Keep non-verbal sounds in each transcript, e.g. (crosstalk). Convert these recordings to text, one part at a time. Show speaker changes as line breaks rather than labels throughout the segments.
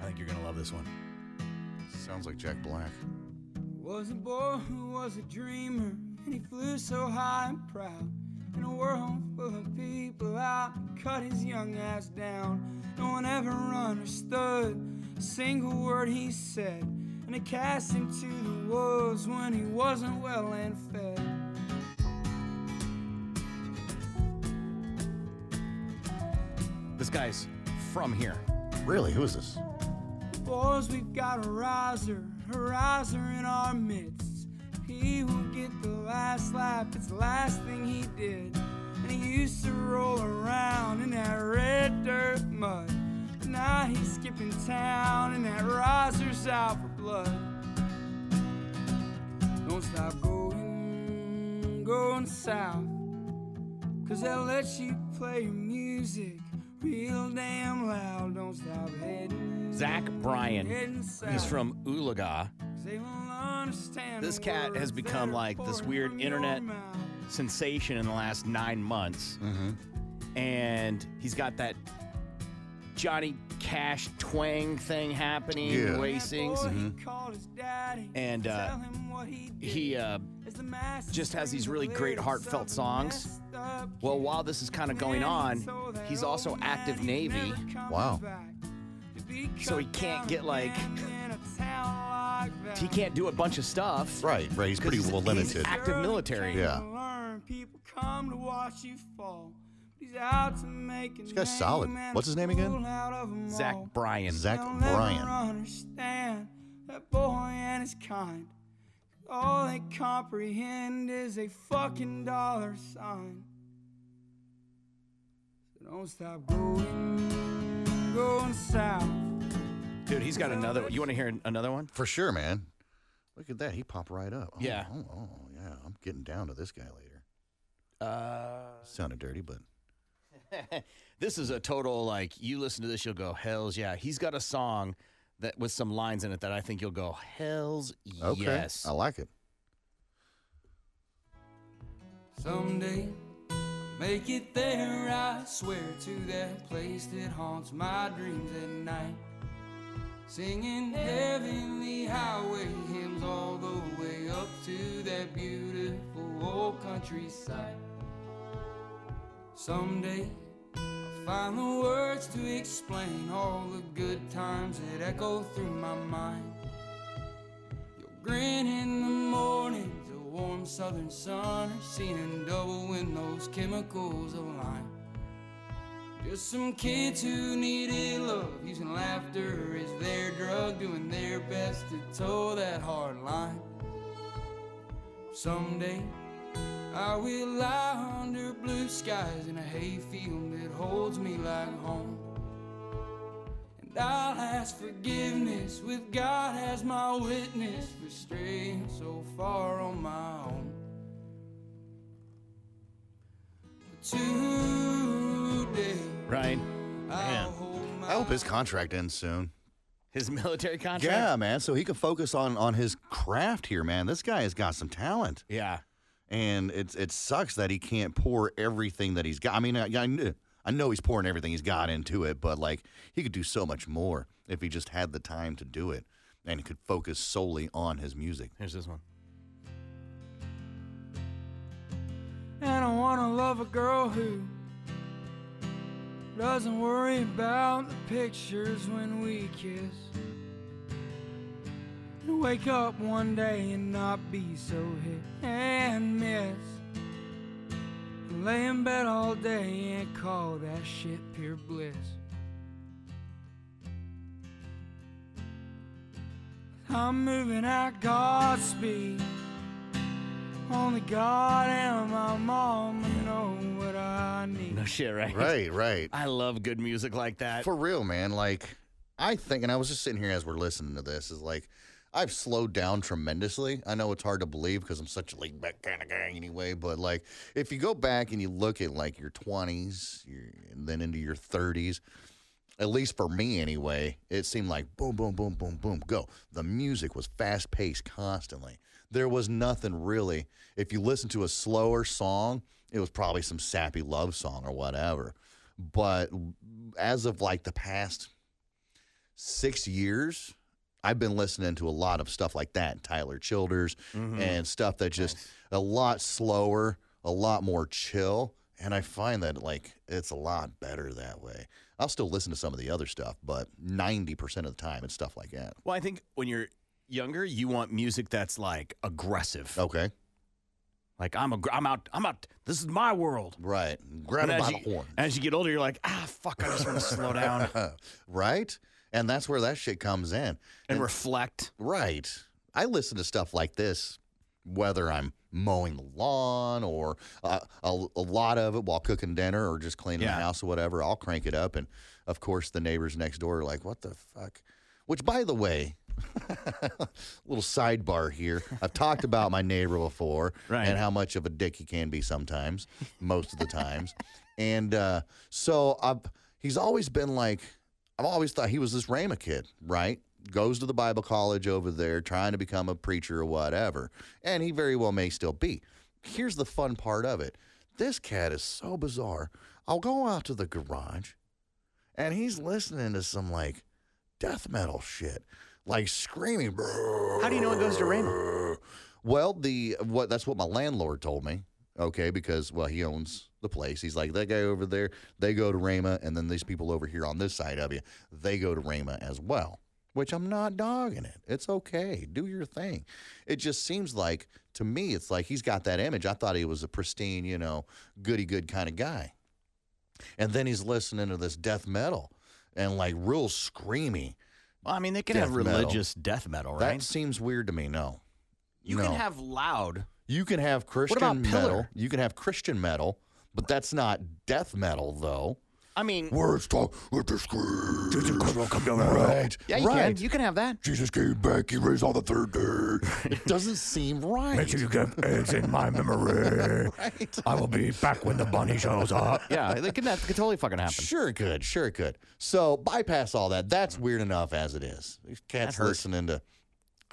I think you're gonna love this one. Sounds like Jack Black.
Was a boy who was a dreamer, and he flew so high and proud. In a world full of people out, cut his young ass down. No one ever understood a single word he said, and it cast him to the wolves when he wasn't well and fed.
This guy's from here.
Really? Who is this?
Boys, we've got a riser, a riser in our midst. He will get the last lap, it's the last thing he did. And he used to roll around in that red dirt mud. But now he's skipping town, and that riser's out for blood. Don't stop going, going south. Cause they'll let you play your music real damn loud. Don't stop heading.
Zach Bryan.
heading south.
He's from Oolaga.
'Cause they won't understand
This
the
cat
words
has become
that are
like this
pouring
weird
from your
internet
mouth.
sensation in the last nine months.
Mm-hmm.
And he's got that Johnny Cash twang thing happening,
Yeah. Mm-hmm.
where he
That
sings.
boy, he called his daddy,
And,
tell
uh,
him what he did.
He uh,
As the masses
just has
sing
these
the
really great
lyrics
heartfelt
of the
songs.
messed up
Well,
kid.
while this is kind of going on, he's also active Navy.
Wow.
So he can't get, like- He can't do a bunch of stuff.
Right, right. He's
'cause
pretty well
he's
limited.
active military.
Yeah.
People come to watch you fall. He's out to make a
This guy's solid.
name and
What's his name
a
again?
fool out of 'em
Zach
all.
Bryan.
Zach
They'll never
Bryan.
understand that boy and his kind. All they comprehend is a fucking dollar sign. So don't stop going, going south.
Dude, he's got another. You want to hear another one?
For sure, man. Look at that. He popped right up. Oh,
Yeah.
Oh, oh, yeah. I'm getting down to this guy later.
Uh,
Sounded dirty, but
(laughs) this is a total like you listen to this, you'll go hell's yeah. He's got a song that with some lines in it that I think you'll go hell's
okay.
yes.
I like it.
Someday, I'll make it there, I swear to that place that haunts my dreams at night. Singing heavenly highway hymns all the way up to that beautiful old countryside. Someday, I'll find the words to explain all the good times that echo through my mind. Your grin in the mornings, a warm southern sun, or seen in double when those chemicals align. Just some kids who needed love, using laughter as their drug, doing their best to toe that hard line. Someday, I will lie under blue skies in a hayfield that holds me like home. And I'll ask forgiveness with God as my witness for straying so far on my own. But today,
Ryan,
I'll
Man.
hold my
I hope his contract ends soon.
his (laughs) military contract.
Yeah, man. So he can focus on on his craft here, man. This guy has got some talent,
Yeah.
and it's it sucks that he can't pour everything that he's got. I mean, I, I, kn- I know he's pouring everything he's got into it, but like he could do so much more if he just had the time to do it and could focus solely on his music.
Here's this one.
And I wanna love a girl who doesn't worry about the pictures when we kiss. And wake up one day and not be so hit and miss. And lay in bed all day and call that shit pure bliss. I'm moving at Godspeed. Only God and my mama know what I need.
No shit, right?
Right, right.
I love good music like that.
For real, man. Like, I think, and I was just sitting here as we're listening to this, is like, I've slowed down tremendously. I know it's hard to believe because I'm such a laid back kind of guy anyway, but like, if you go back and you look at like your 20s your, and then into your 30s, at least for me anyway, it seemed like boom, boom, boom, boom, boom, go. The music was fast paced constantly. There was nothing really. If you listen to a slower song, it was probably some sappy love song or whatever. But as of like the past six years, I've been listening to a lot of stuff like that, Tyler Childers,
Mm-hmm.
and stuff that just a lot slower, a lot more chill. And I find that like it's a lot better that way. I'll still listen to some of the other stuff, but ninety percent of the time it's stuff like that.
Well, I think when you're younger, you want music that's like aggressive.
Okay,
Like I'm a, I'm out, I'm out. This is my world.
right. Grab
But
it
as
by
you,
the horn.
As you get older, you're like, ah, fuck, I just want to (laughs) slow
(laughs)
down
right, and that's where that shit comes in.
and reflect.
Right. I listen to stuff like this, whether I'm mowing the lawn or uh, a, a lot of it while cooking dinner or just cleaning
Yeah.
the house or whatever. I'll crank it up. And of course, the neighbors next door are like, what the fuck? Which, by the way, little sidebar here. I've talked about my neighbor before
Right.
and how much of a dick he can be sometimes, most of the times. And uh, so I've, he's always been like, I've always thought he was this Rama kid, right? Goes to the Bible college over there trying to become a preacher or whatever. And he very well may still be. Here's the fun part of it this cat is so bizarre. I'll go out to the garage and he's listening to some like death metal shit, like screaming.
How do you know it goes to Raymond?
Well, the what that's what my landlord told me. Okay, because well, he owns the place. He's like that guy over there. They go to Rama, and then these people over here on this side of you, they go to Rama as well. Which I'm not dogging it. It's okay. Do your thing. It just seems like to me, it's like he's got that image. I thought he was a pristine, you know, goody good kind of guy, and then he's listening to this death metal and like real screamy.
Well, I mean, they can
Death
have
metal.
religious death metal, right?
That seems weird to me. No,
you
no.
can have loud.
You can have Christian
about Pillar?
metal. You can have Christian metal, but that's not death metal, though.
I mean,
Words talk with the scream. Jesus Christ will (laughs) come down Right.
yeah, you
right.
can. You can have that.
Jesus came back. He raised on the third day. It doesn't seem right. Make sure you get eggs in my memory. right. I will be back when the bunny shows up. (laughs)
Yeah, they can. That could totally fucking happen.
Sure it could, sure it could. So bypass all that. That's weird enough as it is. These cats
hurt.
listening to.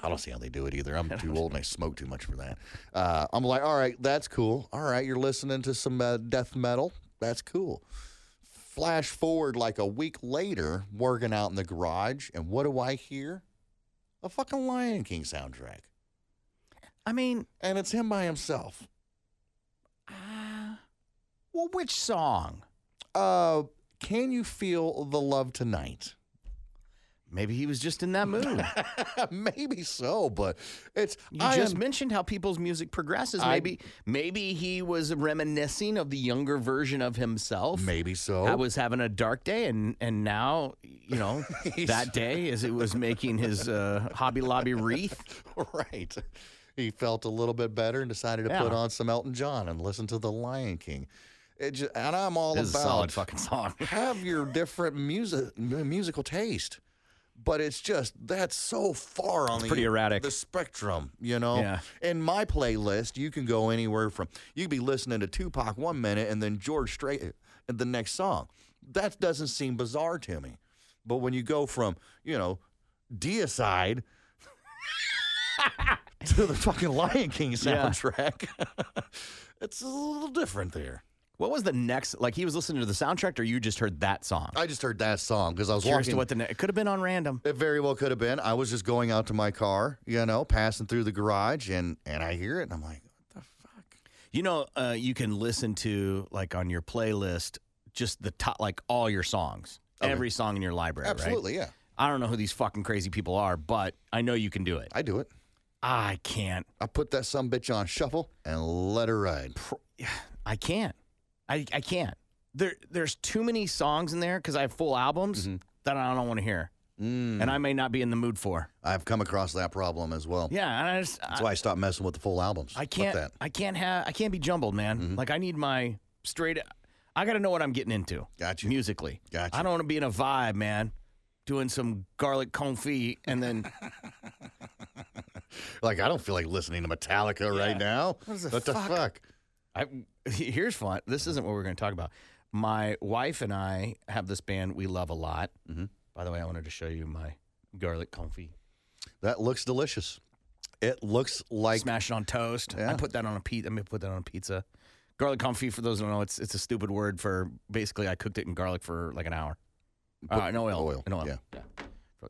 I don't see how they do it either. I'm too old and I smoke too much for that. Uh, I'm like, all right, that's cool. All right, you're listening to some uh, death metal. That's cool. Flash forward like a week later, working out in the garage, and what do I hear? A fucking Lion King soundtrack.
I mean,
And it's him by himself.
well, which song?
Uh, can you feel the love tonight?
Maybe he was just in that mood.
Maybe so, but it's
You
(laughs) I
just
am-
mentioned how people's music progresses.
I-
Maybe, maybe he was reminiscing of the younger version of himself.
Maybe so.
I was having a dark day, and and now you
(laughs)
know that day as it was making his uh, Hobby Lobby wreath.
(laughs) right. He felt a little bit better and decided to put
Yeah.
on some Elton John and listen to The Lion King. It just, and I'm all
This is a
about
solid fucking song.
(laughs) have your different music m- musical taste, but it's just that's so far on the
pretty erratic.
the spectrum, you know.
Yeah.
In my playlist, you can go anywhere from you could be listening to Tupac one minute and then George Strait at the next song. That doesn't seem bizarre to me, but when you go from you know Deicide. (laughs) to the fucking Lion King soundtrack. (laughs) it's a little different there.
What was the next? Like he was listening to the soundtrack, or you just heard that song?
I just heard that song because I was
Curious
walking.
to what the ne- it could have been on random.
It very well could have been. I was just going out to my car, you know, passing through the garage, and and I hear it, and I'm like, what the fuck?
You know, uh, you can listen to like on your playlist just the top, like all your songs, every song in your library. right?
Absolutely, yeah.
I don't know who these fucking crazy people are, but I know you can do it.
I do it.
I can't.
I put that some bitch on shuffle and let her ride.
I can't. I, I
Mm-hmm.
can't. There, there's too many songs in there because I have full albums that I don't want to hear.
Mm.
and I may not be in the mood for.
I've come across that problem as well.
Yeah, and I just
That's why I stopped messing with the full albums.
I
Fuck
can't.
that. Mm-hmm.
I can't have. I can't be jumbled, man. Like I need my straight. I got to know what I'm getting into.
Gotcha.
Musically.
Gotcha.
I don't want to be in a vibe, man. Doing some garlic confit and
(laughs)
then
Like I don't feel like listening to Metallica right now. What,
the
the
fuck?
fuck?
I (laughs) here's fun. This isn't what we're going to talk about. My wife and I have this band we love a lot.
Mm-hmm.
By the way, I wanted to show you my garlic confit.
That looks delicious. It looks like
Smash it on toast. I
Yeah.
put that on a pizza. I mean, put that on a pizza. Garlic confit. For those who don't know, it's it's a stupid word for basically I cooked it in garlic for like an hour. Uh, in oil.
oil,
In oil.
yeah.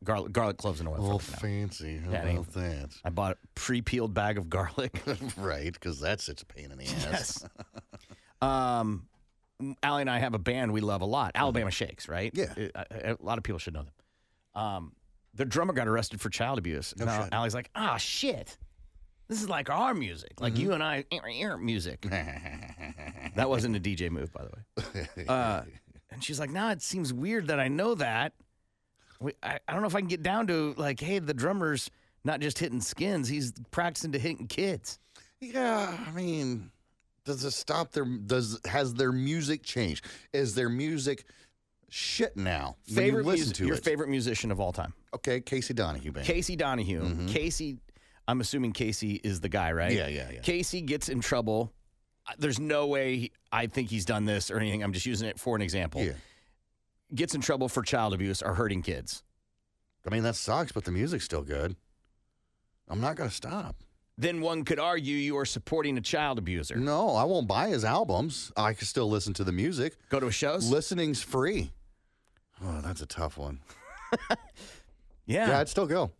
Garlic, garlic cloves in oil.
oh
for like an hour.
fancy. How
Yeah, it ain't-
about that?
I bought a pre-peeled bag of garlic. (laughs)
(laughs) right, because that's such a pain in the ass.
um, Allie and I have a band we love a lot, Alabama Shakes, right?
Yeah.
It- I- I- a lot of people should know them. Um, their drummer got arrested for child abuse. No now,
shit.
Allie's like, ah, shit. This is like our music, like
Mm-hmm.
you and I er, er, music. that wasn't a DJ move, by the way. Uh, and she's like, nah, it seems weird that I know that. We, I, I don't know if I can get down to like, hey, the drummer's not just hitting skins; he's practicing to hitting kids.
(laughs) Yeah, I mean, does it stop their does has their music changed? Is their music shit now? when you
favorite
listen
mus-
to
your
it?
favorite musician of all time
Okay, Casey Donahue band.
casey donahue casey i'm assuming casey is the guy right
Mm-hmm. Yeah, yeah, yeah.
casey gets in trouble Uh, there's no way he- i think he's done this or anything i'm just using it for an example
yeah.
gets in trouble for child abuse or hurting kids
I mean that sucks, but the music's still good. I'm not gonna stop.
then one could argue you are supporting a child abuser
No, I won't buy his albums. I can still listen to the music.
go to a shows
Listening's free. Oh, that's a tough one.
yeah,
Yeah, I'd still go.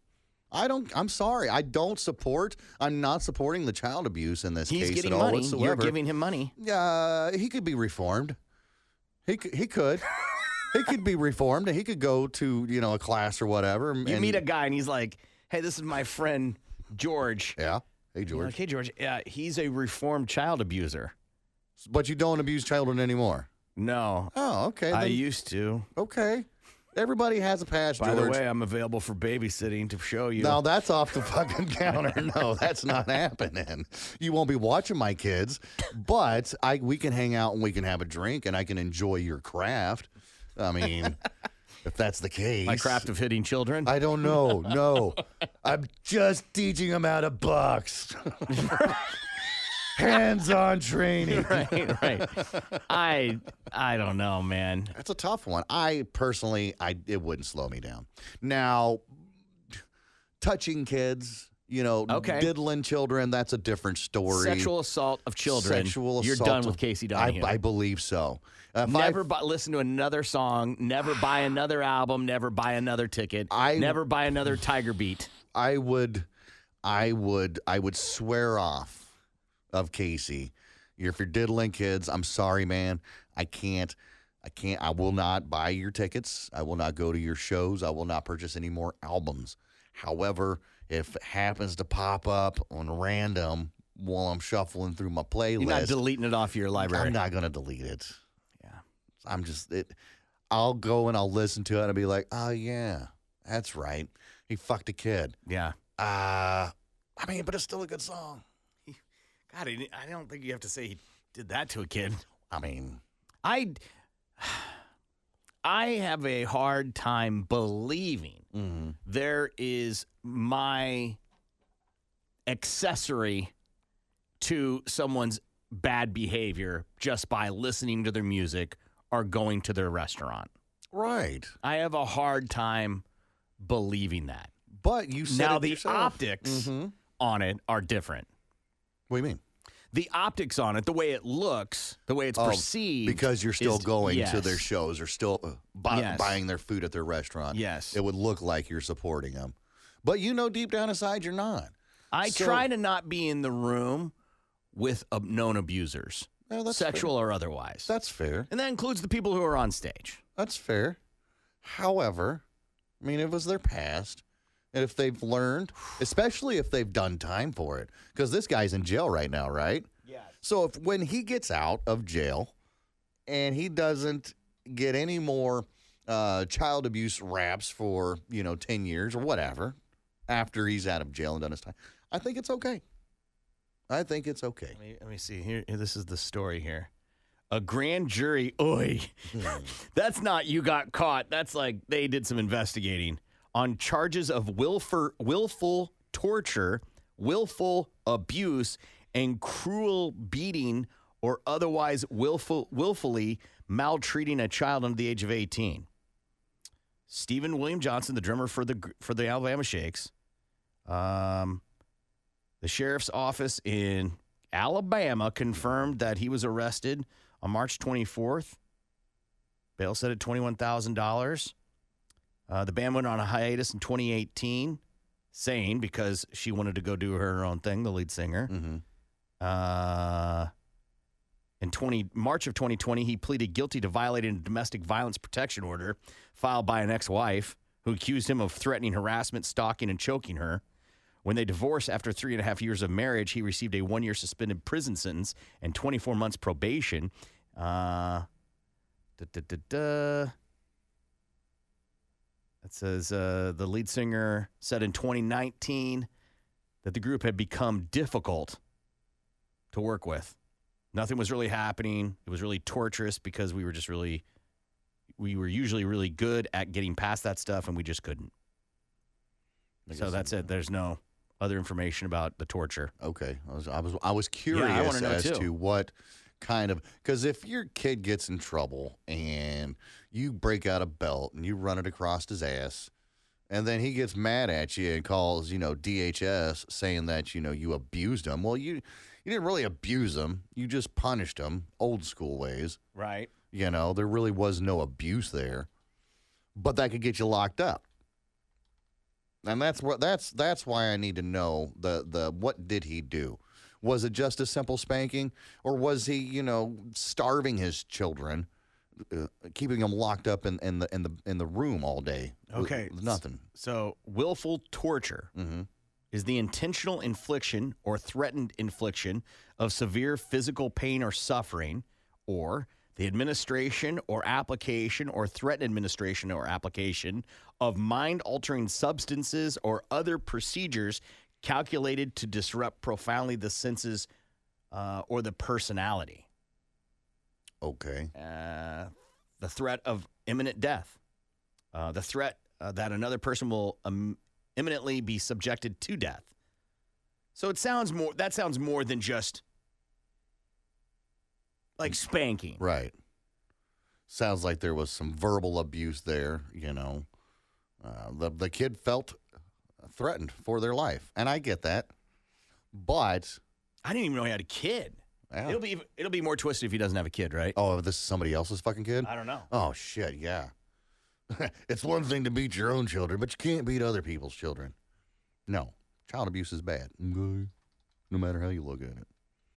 I don't. I'm sorry. I don't support. I'm not supporting the child abuse in this
he's
case
getting
at all
money you're
whatsoever.
giving him money
Uh, he could be reformed. He c-
(laughs)
he could. he could be reformed. and He could go to you know a class or whatever.
you
and-
meet a guy and he's like hey this is my friend george
yeah. Hey
You're
George,
like, hey george yeah, he's a reformed child abuser
but you don't abuse children anymore.
no
Oh, okay.
I
then-
used to.
okay. Everybody has a past,
By
George.
the way, I'm available for babysitting to show you.
No, that's off the fucking counter. (laughs) No, that's not happening. You won't be watching my kids, but I we can hang out and we can have a drink and I can enjoy your craft. I (laughs) mean, if that's the case,
my craft of hitting children. (laughs)
I don't know. (laughs) No, I'm just teaching them how to box. (laughs) Hands-on training.
right, right. I I don't know, man.
That's a tough one. I personally, I it wouldn't slow me down. Now, touching kids, you know,
Okay.
diddling children, that's a different story.
Sexual assault of children.
Sexual
You're
assault
done
of-
with Casey Donahue.
I, I believe so. Uh, If I-
never bu- listen to another song. Never buy another album. Never buy another ticket.
I-
never buy another Tiger Beat.
I would, I would, I would swear off of Casey. You're, if you're diddling kids, I'm sorry, man. I can't. I can't. I will not buy your tickets. I will not go to your shows. I will not purchase any more albums. However, if it happens to pop up on random while I'm shuffling through my playlist,
You're not deleting it off your library.
I'm not gonna delete it. Yeah, I'm just it. I'll go and I'll listen to it and I'll be like, oh yeah, that's right. He fucked a kid.
Yeah.
Uh, I mean, but it's still a good song.
God, I I don't think you have to say he did that to a kid.
I mean,
I (sighs) I have a hard time believing there is my accessory to someone's bad behavior just by listening to their music or going to their restaurant.
right.
I have a hard time believing that.
But you said
now
it
the
yourself. Mm-hmm.
optics on it are different.
What do you mean?
The optics on it, the way it looks, the way it's
Oh,
perceived,
because you're still
is-
going to their
Yes.
shows or still uh, buy,
Yes.
buying their food at their restaurant.
Yes.
it would look like you're supporting them, but you know deep down inside you're not.
I
So-
try to not be in the room with ab- known abusers,
No, that's fair.
sexual or otherwise.
That's fair.
and that includes the people who are on stage.
That's fair. However, I mean, it was their past. And if they've learned, especially if they've done time for it, because this guy's in jail right now, right? Yeah. So if when he gets out of jail and he doesn't get any more uh, child abuse raps for you know ten years or whatever after he's out of jail and done his time. I think it's okay. I think it's okay.
Let me, let me see. Here, here- this is the story here. A grand jury, oi. (laughs) That's not you got caught. That's like they did some investigating on charges of willful, willful torture, willful abuse, and cruel beating or otherwise willful, willfully maltreating a child under the age of 18. Stephen William Johnson, the drummer for the gr- for the Alabama Shakes, um, the sheriff's office in Alabama confirmed that he was arrested on March 24th. Bail set at $21,000. Uh, the band went on a hiatus in 2018, saying because she wanted to go do her own thing, the lead singer.
Mm-hmm.
Uh, in 20 March of 2020, he pleaded guilty to violating a domestic violence protection order filed by an ex-wife who accused him of threatening harassment, stalking, and choking her. When they divorced after three and a half years of marriage, he received a one-year suspended prison sentence and 24 months probation. Uh, duh, duh, duh, duh. It says uh, the lead singer said in 2019 that the group had become difficult to work with. Nothing was really happening. It was really torturous because we were just really, we were usually really good at getting past that stuff and we just couldn't. So that's it. There's no other information about the torture.
Okay, I was I was I was curious
wanna know
as
too.
to what kind of because if your kid gets in trouble and you break out a belt and you run it across his ass, and then he gets mad at you and calls you know DHS saying that you know you abused him. Well, you you didn't really abuse him. You just punished him old school ways.
Right.
You know there really was no abuse there, but that could get you locked up. And that's what that's that's why I need to know the the what did he do? Was it just a simple spanking, or was he you know starving his children, uh, keeping them locked up in, in the in the in the room all day? with-
Okay.
with nothing.
So willful torture is the intentional infliction or threatened infliction of severe physical pain or suffering, or the administration or application or threatened administration or application of mind altering substances or other procedures calculated to disrupt profoundly the senses uh, or the personality.
Okay.
Uh, the threat of imminent death, uh, the threat uh, that another person will um, imminently be subjected to death. So it sounds more. That sounds more than just like spanking.
Right. Sounds like there was some verbal abuse there. You know, uh, the the kid felt threatened for their life, and I get that, but
I didn't even know he had a kid.
Yeah.
It'll be it'll be more twisted if he doesn't have a kid, right?
oh, this is somebody else's fucking kid.
I don't know.
Oh shit, yeah. (laughs) it's one thing to beat your own children, but you can't beat other people's children. No, child abuse is bad. Okay. No matter how you look at it.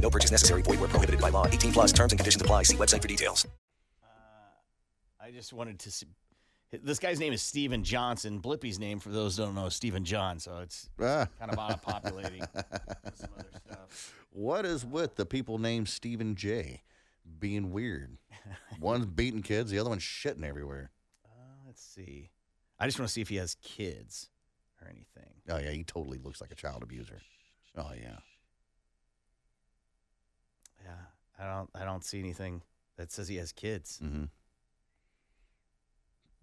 No purchase necessary. Void where prohibited by law. 18 plus terms and conditions apply. See website for details.
I just wanted to see. This guy's name is Steven Johnson. Blippy's name, for those who don't know, is Stephen John. So it's
Ah.
kind of auto-populating
(laughs)
with some other stuff.
What is with the people named Stephen J being
(laughs)
weird? One's beating kids, the other one's shitting everywhere.
Uh, let's see. I just want to see if he has kids or anything.
Oh yeah, he totally looks like a child abuser. Oh yeah.
Yeah, I don't. I don't see anything that says he has kids.
Mm-hmm.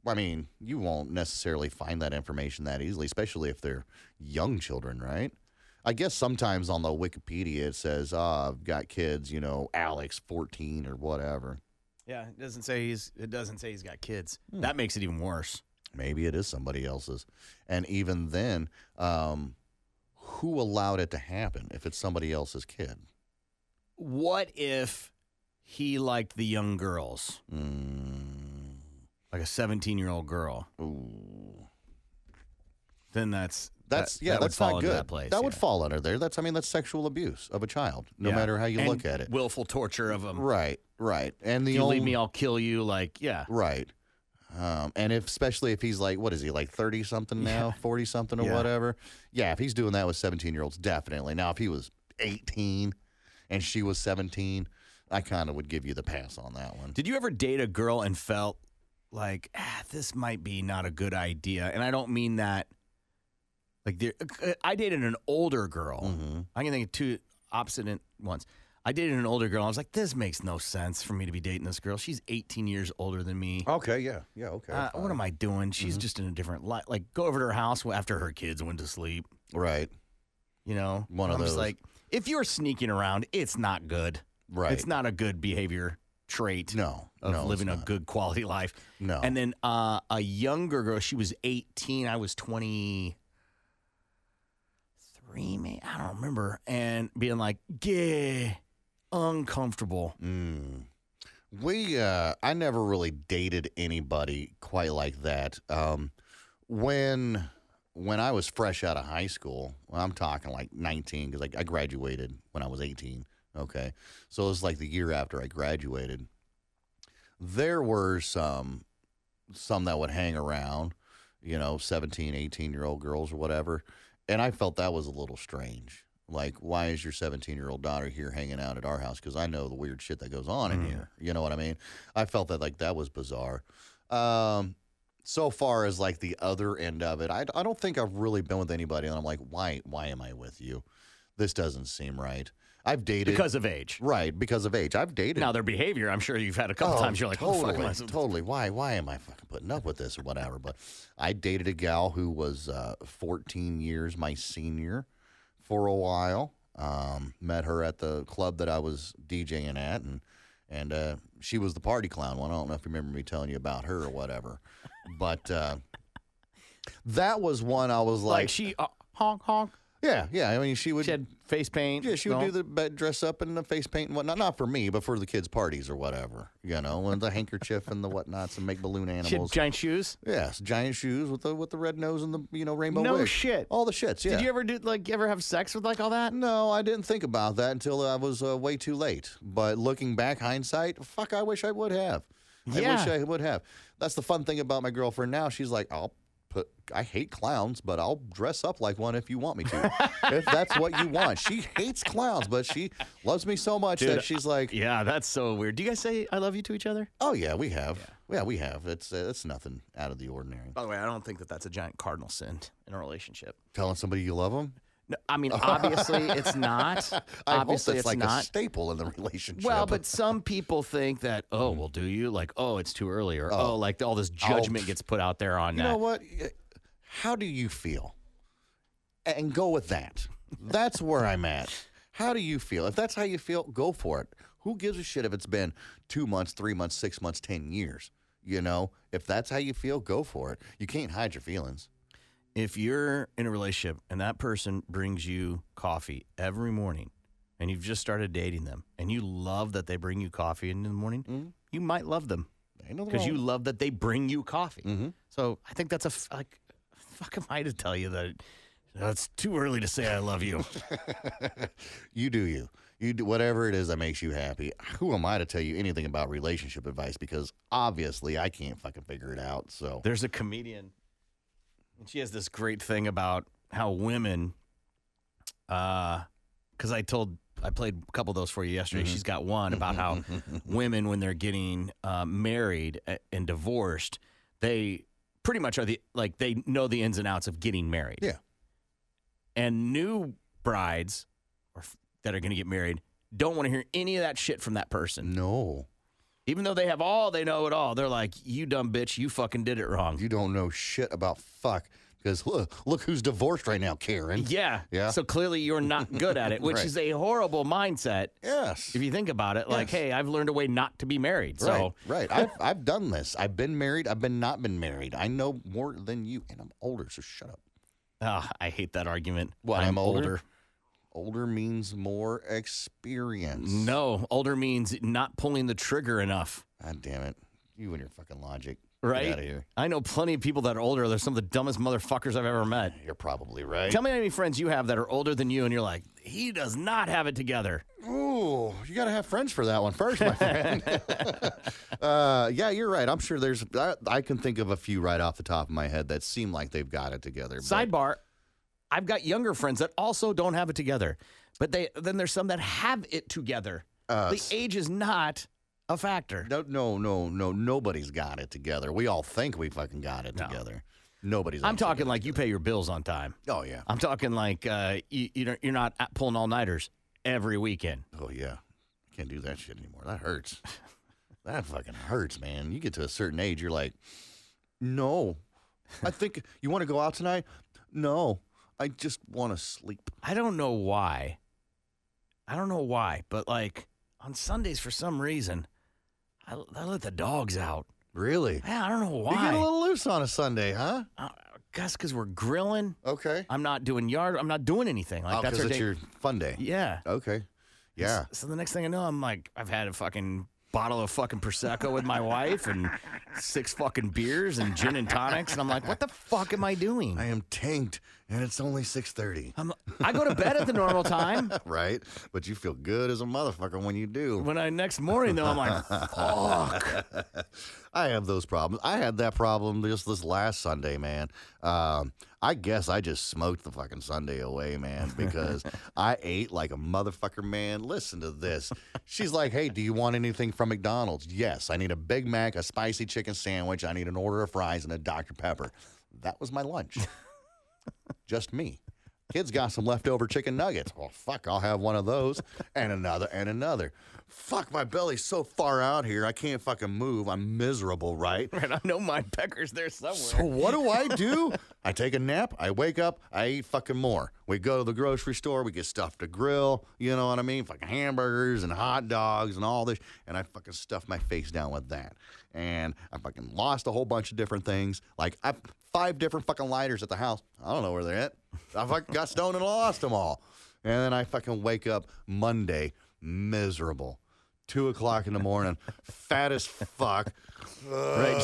I mean, you won't necessarily find that information that easily, especially if they're young children, right? I guess sometimes on the Wikipedia it says, "Ah, I've got kids," you know, Alex, fourteen or whatever.
Yeah, it doesn't say he's. It doesn't say he's got kids. That makes it even worse.
Maybe it is somebody else's, and even then, um, who allowed it to happen? If it's somebody else's kid,
What if he liked the young girls,
mm,
Hmm. like a seventeen-year-old girl?
ooh,
then that's
That's
that-
yeah,
that would
that's
fall
not
into
good.
That place.
would fall under there. That's I mean that's sexual abuse of a child, no
Yeah.
matter how you
And
look at it.
Willful torture of them.
Right, right. And the
you
only
leave me, I'll kill you. Like yeah,
right. Um, and if especially if he's like what is he like thirty something now, forty something or
Yeah.
whatever. Yeah, if he's doing that with seventeen year olds, definitely. Now if he was eighteen and she was seventeen, I kind of would give you the pass on that one.
Did you ever date a girl and felt like ah, this might be not a good idea? And I don't mean that. Like there- uh, I dated an older girl.
Mm-hmm.
I can think of two opposite in- ones. I dated an older girl. I was like, this makes no sense for me to be dating this girl. She's 18 years older than me.
Okay, yeah, yeah, okay. Mm-hmm.
Uh, what am I doing? She's just in a different life. Like, go over to her house after her kids went to sleep.
Right,
You know,
One of
I'm just
those.
like, if you're sneaking around, it's not good.
right.
It's not a good behavior trait
no,
of
no, it's
living a
not.
good quality life.
No.
And then uh, a younger girl, she was 18. I was 23, maybe. I don't remember. And being like, yeah, uncomfortable.
Mm. We, uh, I never really dated anybody quite like that. Um, when, when I was fresh out of high school, well, I'm talking like 19 because I, I graduated when I was 18. Okay, so it was like the year after I graduated. There were some, some that would hang around, you know, 17, 18 year old girls or whatever, and I felt that was a little strange. Like, why is your 17 year old daughter here hanging out at our house? Because I know the weird shit that goes on
Mm.
in here. You know what I mean? I felt that like that was bizarre. Um, so far as like the other end of it, I, I don't think I've really been with anybody, and I'm like, why why am I with you? This doesn't seem right. I've dated
Because of age.
right because of age. I've dated
Now, their behavior, I'm sure you've had a couple
Oh,
times. You're like, oh, fuck
totally,
myself.
totally. Why, why am I fucking putting up with this or whatever? But I dated a gal who was uh, 14 years my senior for a while. Um, met her at the club that I was DJing at, and and uh, she was the party clown one. I don't know if you remember me telling you about her or whatever, but uh, that was one I was
Like,
like,
she uh, honk, honk.
yeah, yeah. I mean, she would
She had face paint.
yeah, she would
No.
do the be- dress up and the face paint and whatnot. Not for me, but for the kids' parties or whatever, you know, and the handkerchief and the whatnots and make balloon
She had
animals.
giant shoes.
yes, giant shoes with the with the red nose and the you know rainbow.
No
wig.
shit.
All the shits. Yeah.
Did you ever do like ever have sex with like all that?
No, I didn't think about that until I was uh, way too late. But looking back, hindsight, fuck, I wish I would have. I wish
Yeah.
I would have. That's the fun thing about my girlfriend now. She's like, I'll put, I hate clowns, but I'll dress up like one if you want me to.
(laughs)
if that's what you want. She hates clowns, but she loves me so much that she's like,
Yeah, that's so weird. Do you guys say I love you to each other?
oh, yeah, we have. Yeah, we have. It's, uh, it's nothing out of the ordinary.
By the way, I don't think that that's a giant cardinal sin in a relationship.
Telling somebody you love them?
No, I
(laughs)
mean, obviously it's not.
I
obviously
hope
it's
that's like a
not.
staple in the (laughs) relationship.
well, but some people think that,
Mm-hmm.
oh, well, do you? Like, oh, it's too early. Or, oh, like all this judgment
pff.
gets put out there on
You
that.
know what? How do you feel? And go with that. That's where I'm at. How do you feel? If that's how you feel, go for it. Who gives a shit if it's been two months, three months, six months, 10 years? You know, if that's how you feel, go for it. You can't hide your feelings.
If you're in a relationship and that person brings you coffee every morning and you've just started dating them and you love that they bring you coffee in the morning,
Mm-hmm.
you might love them.
Ain't nothing
because you
wrong.
love that they bring you coffee.
Mhm.
So I think that's a f- like, (laughs) fuck am I to tell you that that's too early to say I love you?
you do you. You do whatever it is that makes you happy. Who am I to tell you anything about relationship advice? Because obviously I can't fucking figure it out. So
There's a comedian, and she has this great thing about how women, because I told I played a couple of those for you yesterday.
Mm-hmm.
She's got one about
(laughs)
how women, when they're getting uh, married a- and divorced, they pretty much are the like they know the ins and outs of getting married.
Yeah.
and new brides or f- that are going to get married don't want to hear any of that shit from that person.
no,
Even though they have all, they know it all. They're like, "You dumb bitch, you fucking did it wrong."
you don't know shit about fuck because look, look who's divorced right now, Karen.
Yeah.
Yeah.
So clearly you're not good at it, which
(laughs) Right.
is a horrible mindset
Yes.
if you think about it. Like,
Yes.
hey, I've learned a way not to be married. So
Right, right.
(laughs)
I've, I've done this. I've been married. I've been not been married. I know more than you, and I'm older. So shut up.
Ah, I hate that argument.
What,
I'm,
I'm
older.
older? Older means more experience.
No, older means not pulling the trigger enough.
God damn it. You and your fucking logic.
right?
outta here.
I know plenty of people that are older. They're some of the dumbest motherfuckers I've ever met.
You're probably right.
Tell me how many friends you have that are older than you, and you're like, he does not have it together.
Ooh, you got to have friends for that one first, my
(laughs)
friend. (laughs) uh, yeah, you're right. I'm sure there's. I, I can think of a few right off the top of my head that seem like they've got it together. but-
Sidebar: I've got younger friends that also don't have it together, but they then there's some that have it together.
Uh,
the age is not a factor.
No, no, no, no. Nobody's got it together. We all think we fucking got it
No.
together. Nobody's.
I'm
actually
talking
got
like you pay your bills on time.
it. Oh yeah.
I'm talking like uh, you, you don't, you're not at- pulling all nighters every weekend.
Oh yeah. I can't do that shit anymore. That
(laughs)
hurts. that fucking hurts, man. You get to a certain age, you're like, no. I think you want to go out tonight. No, I just want to sleep.
I don't know why. I don't know why, but like on Sundays for some reason, I, I let the dogs out.
Really?
Yeah, I don't know why.
You get a little loose on a Sunday, huh?
I guess because we're grilling.
Okay.
I'm not doing yard. I'm not doing anything. Like
oh,
that's
'cause
our
it's
day.
your fun day.
yeah.
Okay. Yeah.
So the next thing I know, I'm like, I've had a fucking bottle of fucking prosecco with my wife and six fucking beers and gin and tonics, and I'm like, what the fuck am I doing?
I am tanked, and it's only six thirty.
I'm, I go to bed at the normal time.
(laughs) Right? But you feel good as a motherfucker when you do.
When I next morning though, I'm like, fuck.
I have those problems. I had that problem just this last Sunday, man. Um, I guess I just smoked the fucking Sunday away, man, because I ate like a motherfucker, man. Listen to this. She's like, hey, do you want anything from McDonald's? Yes, I need a Big Mac, a spicy chicken sandwich, I need an order of fries, and a Dr. Pepper. That was my lunch. just me. Kids got some leftover chicken nuggets. Well, fuck, I'll have one of those and another and another. Fuck, my belly's so far out here, I can't fucking move. I'm miserable, right?
And I know my pecker's there somewhere.
So what do I do? I take a nap, I wake up, I eat fucking more. We go to the grocery store, we get stuff to grill, you know what I mean? Fucking hamburgers and hot dogs and all this. And I fucking stuff my face down with that. And I fucking lost a whole bunch of different things. Like I five different fucking lighters at the house. I don't know where they're at. I fucking got stoned and lost them all. And then I fucking wake up Monday miserable. Two o'clock in the morning, fat as fuck.
right,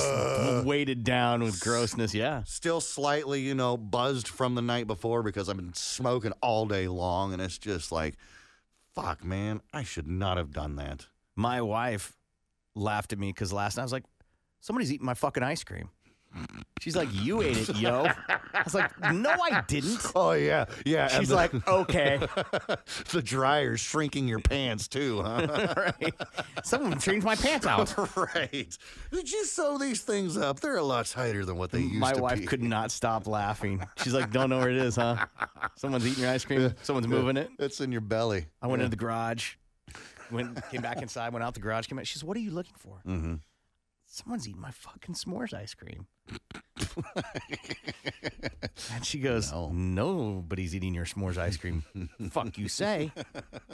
just weighted down with grossness. Yeah.
still slightly, you know, buzzed from the night before because I've been smoking all day long. And it's just like, fuck, man, I should not have done that.
My wife laughed at me because last night I was like, somebody's eating my fucking ice cream. She's like, you ate it, yo. I was like, no, I (laughs) didn't.
Oh, yeah. Yeah.
She's like, okay.
(laughs) the dryer's shrinking your pants, too, huh?
(laughs) right. Someone changed my pants out.
(laughs) right. Did you sew these things up? They're a lot tighter than what they used
My
to
wife
be.
could not stop laughing. She's like, "Don't know where it is, huh? Someone's eating your ice
(laughs)
cream. Someone's moving it."
It's in your belly.
I went into the garage, went came back inside, went out the garage, came out. She's, "What are you looking for?" Mm-hmm. Someone's eating my fucking s'mores ice cream. (laughs) and she goes, "Nobody's eating your s'mores ice
(laughs)
cream. Fuck you say.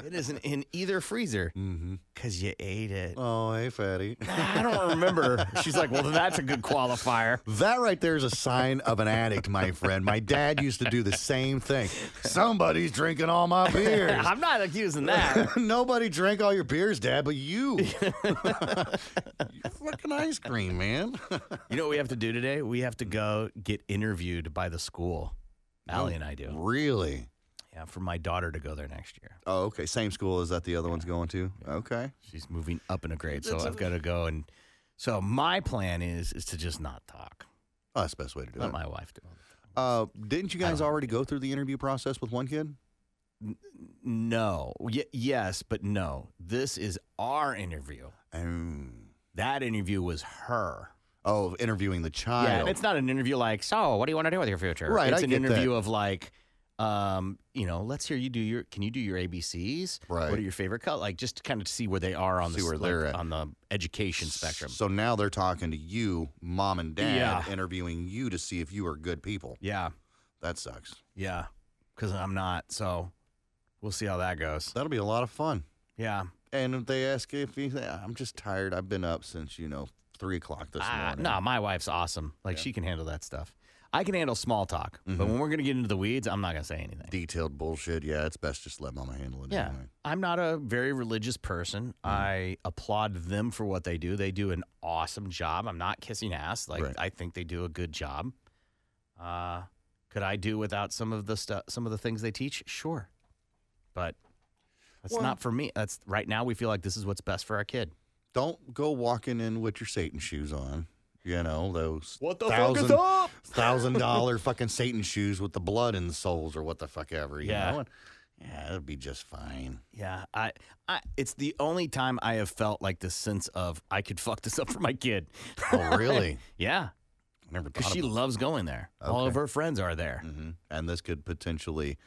It isn't in either freezer
Mm-hmm.
because you ate it."
Oh, hey, fatty.
I don't remember. She's like, well, then that's a good qualifier.
(laughs) That right there is a sign of an addict, my friend. My dad used to do the same thing. Somebody's drinking all my beers.
I'm not accusing that.
(laughs) Nobody drank all your beers, Dad, but you. (laughs) you fucking ice cream, man. (laughs)
You know what we have to do today? We have to go get interviewed by the school. Allie and I do.
really?
Yeah, for my daughter to go there next year.
Oh, okay. Same school as that the other one's going to? Okay.
She's moving up in a grade, so I've got to go and. So my plan is is to just not talk.
Oh, that's the best way to do
Let
it.
my wife do it.
Uh, didn't you guys already go through the interview process with one kid?
No. Y- yes, but no. This is our interview. Oh.
Um,
That interview was her.
oh, interviewing the child.
Yeah, and it's not an interview like, so what do you want to do with your future?
Right,
It's
I
an
get that.
interview of like, um, you know, let's hear you do your can you do your ABCs?
Right.
What are your favorite color? Like just to kind of see where they are on
See
the
where
s-
they're
like,
at.
on the education spectrum.
So now they're talking to you, mom and dad,
Yeah.
interviewing you to see if you are good people.
yeah.
That sucks.
Yeah. Cause I'm not, so we'll see how that goes.
That'll be a lot of fun.
Yeah.
And if they ask if you, I'm just tired. I've been up since you know three o'clock this
Ah,
morning.
no, my wife's awesome. Like she can handle that stuff. I can handle small talk,
Mm-hmm.
but when we're going to get into the weeds, I'm not going to say anything.
Detailed bullshit. Yeah, it's best just let mama handle it.
Yeah.
Anyway.
I'm not a very religious person. I applaud them for what they do. They do an awesome job. I'm not kissing ass. Like
Right.
I think they do a good job. Uh, could I do without some of the stuff some of the things they teach? Sure. But that's
Well-
not for me. That's right now we feel like this is what's best for our kid.
Don't go walking in with your Satan shoes on. You know, those
What the fuck is
thousand,
up?
thousand dollar fucking Satan shoes with the blood in the soles or what the fuck ever. You
Yeah.
Know? And, yeah, it'll be just fine.
Yeah, I, I it's the only time I have felt like this sense of I could fuck this up for my kid. (laughs)
Oh, really?
yeah,
I never
because
thought
she
about
loves going there. All of
Okay.
her friends are there.
hmm And this could potentially,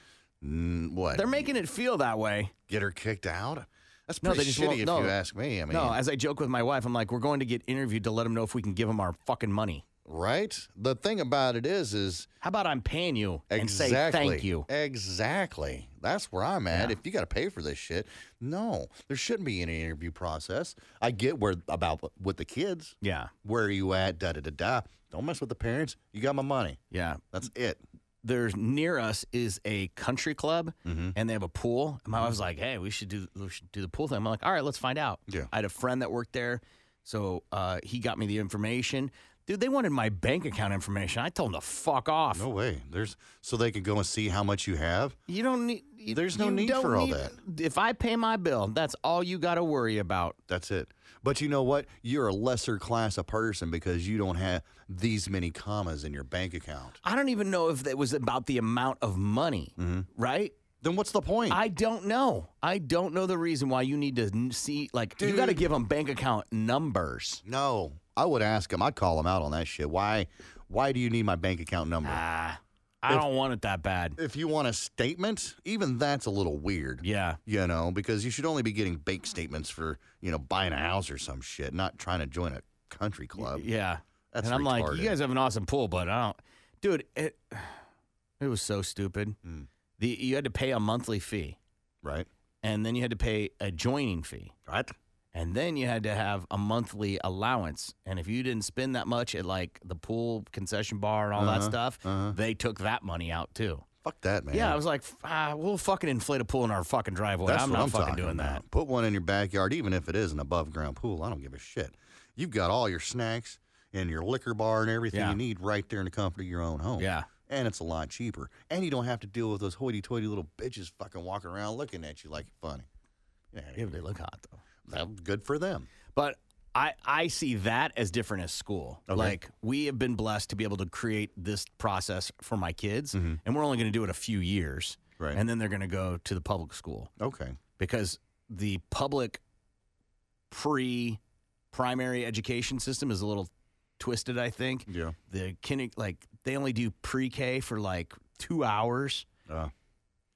mm, what?
They're making it feel that way.
get her kicked out? That's
No,
pretty
they just
shitty
won't-
if
no.
you ask me. I mean,
No, as I joke with my wife, I'm like, we're going to get interviewed to let them know if we can give them our fucking money.
right? The thing about it is, is
How about I'm paying you and say
exactly.
thank you?
Exactly. That's where I'm at. If you got to pay for this shit, no, there shouldn't be any interview process. I get where about with the kids.
Yeah,
Where are you at? Da da da da. Don't mess with the parents. You got my money.
yeah.
That's it.
There's near us is a country club,
Mm-hmm.
and they have a pool. And my wife's like, "Hey, we should do we should do the pool thing." I'm like, "All right, let's find out."
Yeah.
I had a friend that worked there, so uh, he got me the information. Dude, they wanted my bank account information. I told them to fuck off.
No way. There's so they can go and see how much you have.
You don't need. you-
There's no
you
need
don't
for all
need-
that.
If I pay my bill, that's all you got to worry about.
That's it. But you know what? You're a lesser class of person because you don't have these many commas in your bank account.
I don't even know if it was about the amount of money,
Mm-hmm.
right?
Then what's the point?
I don't know. I don't know the reason why you need to n- see, like, you got to
Dude.
give them bank account numbers.
no, I would ask them. I'd call them out on that shit. Why? Why do you need my bank account number?
Ah, I don't want it that bad.
if you want a statement, even that's a little weird.
Yeah.
You know, because you should only be getting bank
Mm.
statements for you know buying a house or some shit, not trying to join a country club.
Yeah.
That's
and I'm like,
retarded.
you guys have an awesome pool, but I don't. Dude, it, (sighs) it was so stupid.
Mm.
The, you had to pay a monthly fee,
right?
and then you had to pay a joining fee.
Right.
And then you had to have a monthly allowance. And if you didn't spend that much at like the pool concession bar and all
Uh-huh,
that stuff, they took that money out too.
Fuck that, man.
Yeah, I was like, "F- ah, we'll fucking inflate a pool in our fucking driveway.
That's
I'm
what
not
I'm
fucking
talking
doing
about. Put one in your backyard, even if it is an above ground pool. I don't give a shit. You've got all your snacks and your liquor bar and everything
Yeah.
you need right there in the comfort of your own home.
Yeah.
And it's a lot cheaper. And you don't have to deal with those hoity toity little bitches fucking walking around looking at you like you're funny. Yeah,
that. Yeah, but they look hot though.
well, good for them.
But I, I see that as different as school.
Okay.
Like we have been blessed to be able to create this process for my kids, and we're only going to do it a few years,
Mm-hmm. Right.
and then they're going to go to the public school.
Okay.
because the public pre primary education system is a little twisted i think
Yeah.
the kinder like they only do pre-k for like two hours
Uh,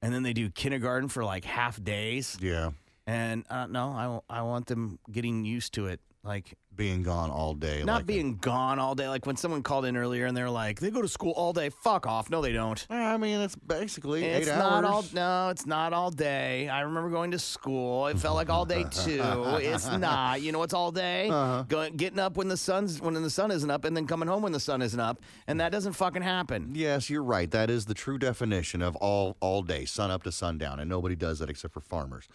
and then they do kindergarten for like half days
yeah.
and uh, no I, wa- I want them getting used to it like
Being gone all day.
not
like a-
being gone all day like when someone called in earlier and they're like they go to school all day fuck off no they don't
Yeah, I mean, it's basically
it's
eight
not all.
hours.
No, it's not all day. I remember going to school. It felt like all day too. It's
(laughs)
not. You know, it's all day.
Uh-huh.
Going, getting up when the sun's when the sun isn't up, and then coming home when the sun isn't up, and that doesn't fucking happen.
Yes, you're right. That is the true definition of all all day, sun up to sundown, and nobody does that except for farmers.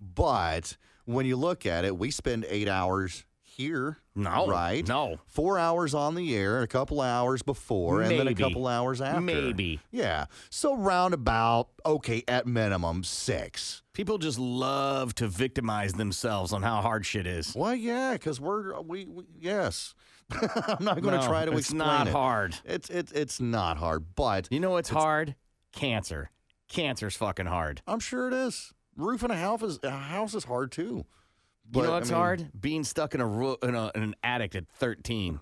But when you look at it, we spend eight hours here.
No,
right?
no.
four hours on the air, a couple hours before, and then a
Maybe.
couple hours after.
Maybe.
yeah. So round about okay, at minimum six.
People just love to victimize themselves on how hard shit is.
Well, yeah, because we're we, we yes. (laughs) I'm not going to
No,
try to
it's
explain
not
it.
hard.
It's it's it's not hard, but
You know what's hard? Cancer. Cancer's fucking hard.
I'm sure it is. Roofing a house is a house is hard too.
you
But,
know
I
what's
mean,
hard? Being stuck in a, ro- in a in an attic at
(laughs)
13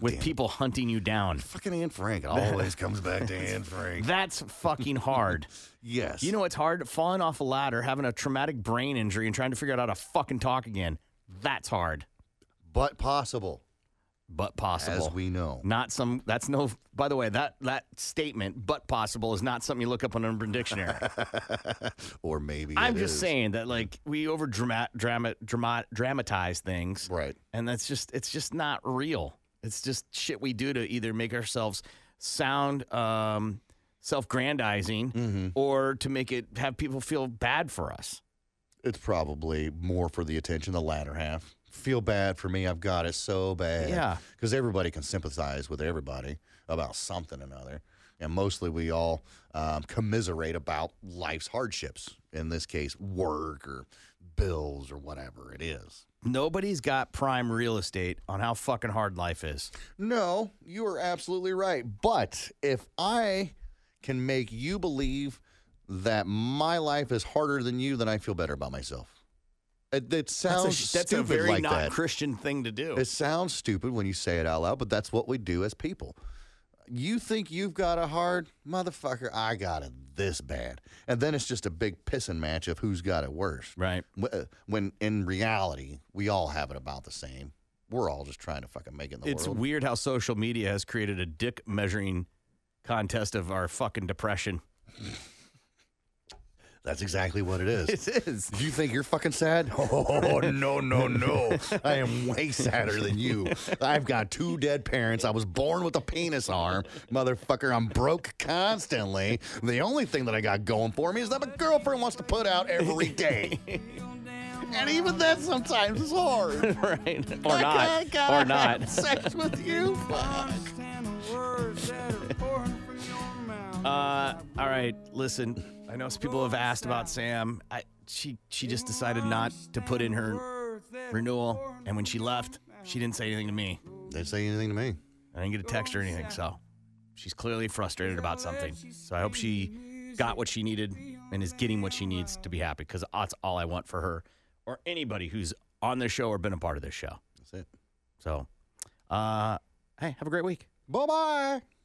with
damn it.
people hunting you down.
Fucking Anne
(laughs)
Frank. It always comes back to Anne Frank.
That's fucking
(laughs)
hard.
Yes.
You know what's hard? Falling off a ladder, having a traumatic brain injury, and trying to figure out how to fucking talk again. That's hard,
but possible,
but possible.
as we know.
Not some. That's no. By the way, that that statement, but possible, is not something you look up on Urban Dictionary.
(laughs) or maybe
I'm
it
just
is.
saying that like we over drama, drama, drama, dramatize things,
Right.
and that's just it's just not real. It's just shit we do to either make ourselves sound um, self-grandizing
Mm-hmm.
or to make it have people feel bad for us.
It's probably more for the attention, the latter half. Feel bad for me. I've got it so bad.
Yeah.
Because everybody can sympathize with everybody about something or another. And mostly we all um, commiserate about life's hardships, in this case, work or bills or whatever it is.
Nobody's got prime real estate on how fucking hard life is.
No, you are absolutely right. But if I can make you believe that my life is harder than you, then I feel better about myself. It, it sounds
that's a, that's a
stupid
very
like
not
that.
Christian thing to do.
It sounds stupid when you say it out loud, but that's what we do as people. You think you've got a hard motherfucker, I got it this bad. And then it's just a big pissing match of who's got it worse.
right.
Wh- uh, When in reality, we all have it about the same. We're all just trying to fucking make it in the
It's
world.
weird how social media has created a dick measuring contest of our fucking depression. (laughs)
That's exactly what it
(laughs)
is.
is.
You think you're fucking sad? (laughs) Oh, no, no, no. I am way sadder than you. I've got two dead parents. I was born with a penis arm. Motherfucker, I'm broke constantly. The only thing that I got going for me is that my girlfriend wants to put out every day. And even that sometimes is hard.
right. Or
I
not.
can't- God,
Or
I
not.
have Sex with you? Fuck.
Understand the words that are pouring from your mouth.
Uh, all right, listen. I know some people have asked about Sam. I, she she just decided not to put in her
Words that are
renewal, and when she left, she didn't say anything to me.
Didn't say anything to me.
I didn't get a text or anything, so she's clearly frustrated about something. So I hope she got what she needed and is getting what she needs to be happy, because that's all I want for her or anybody who's on this show or been a part of this show.
That's it.
So, uh, hey, have a great week.
Bye bye.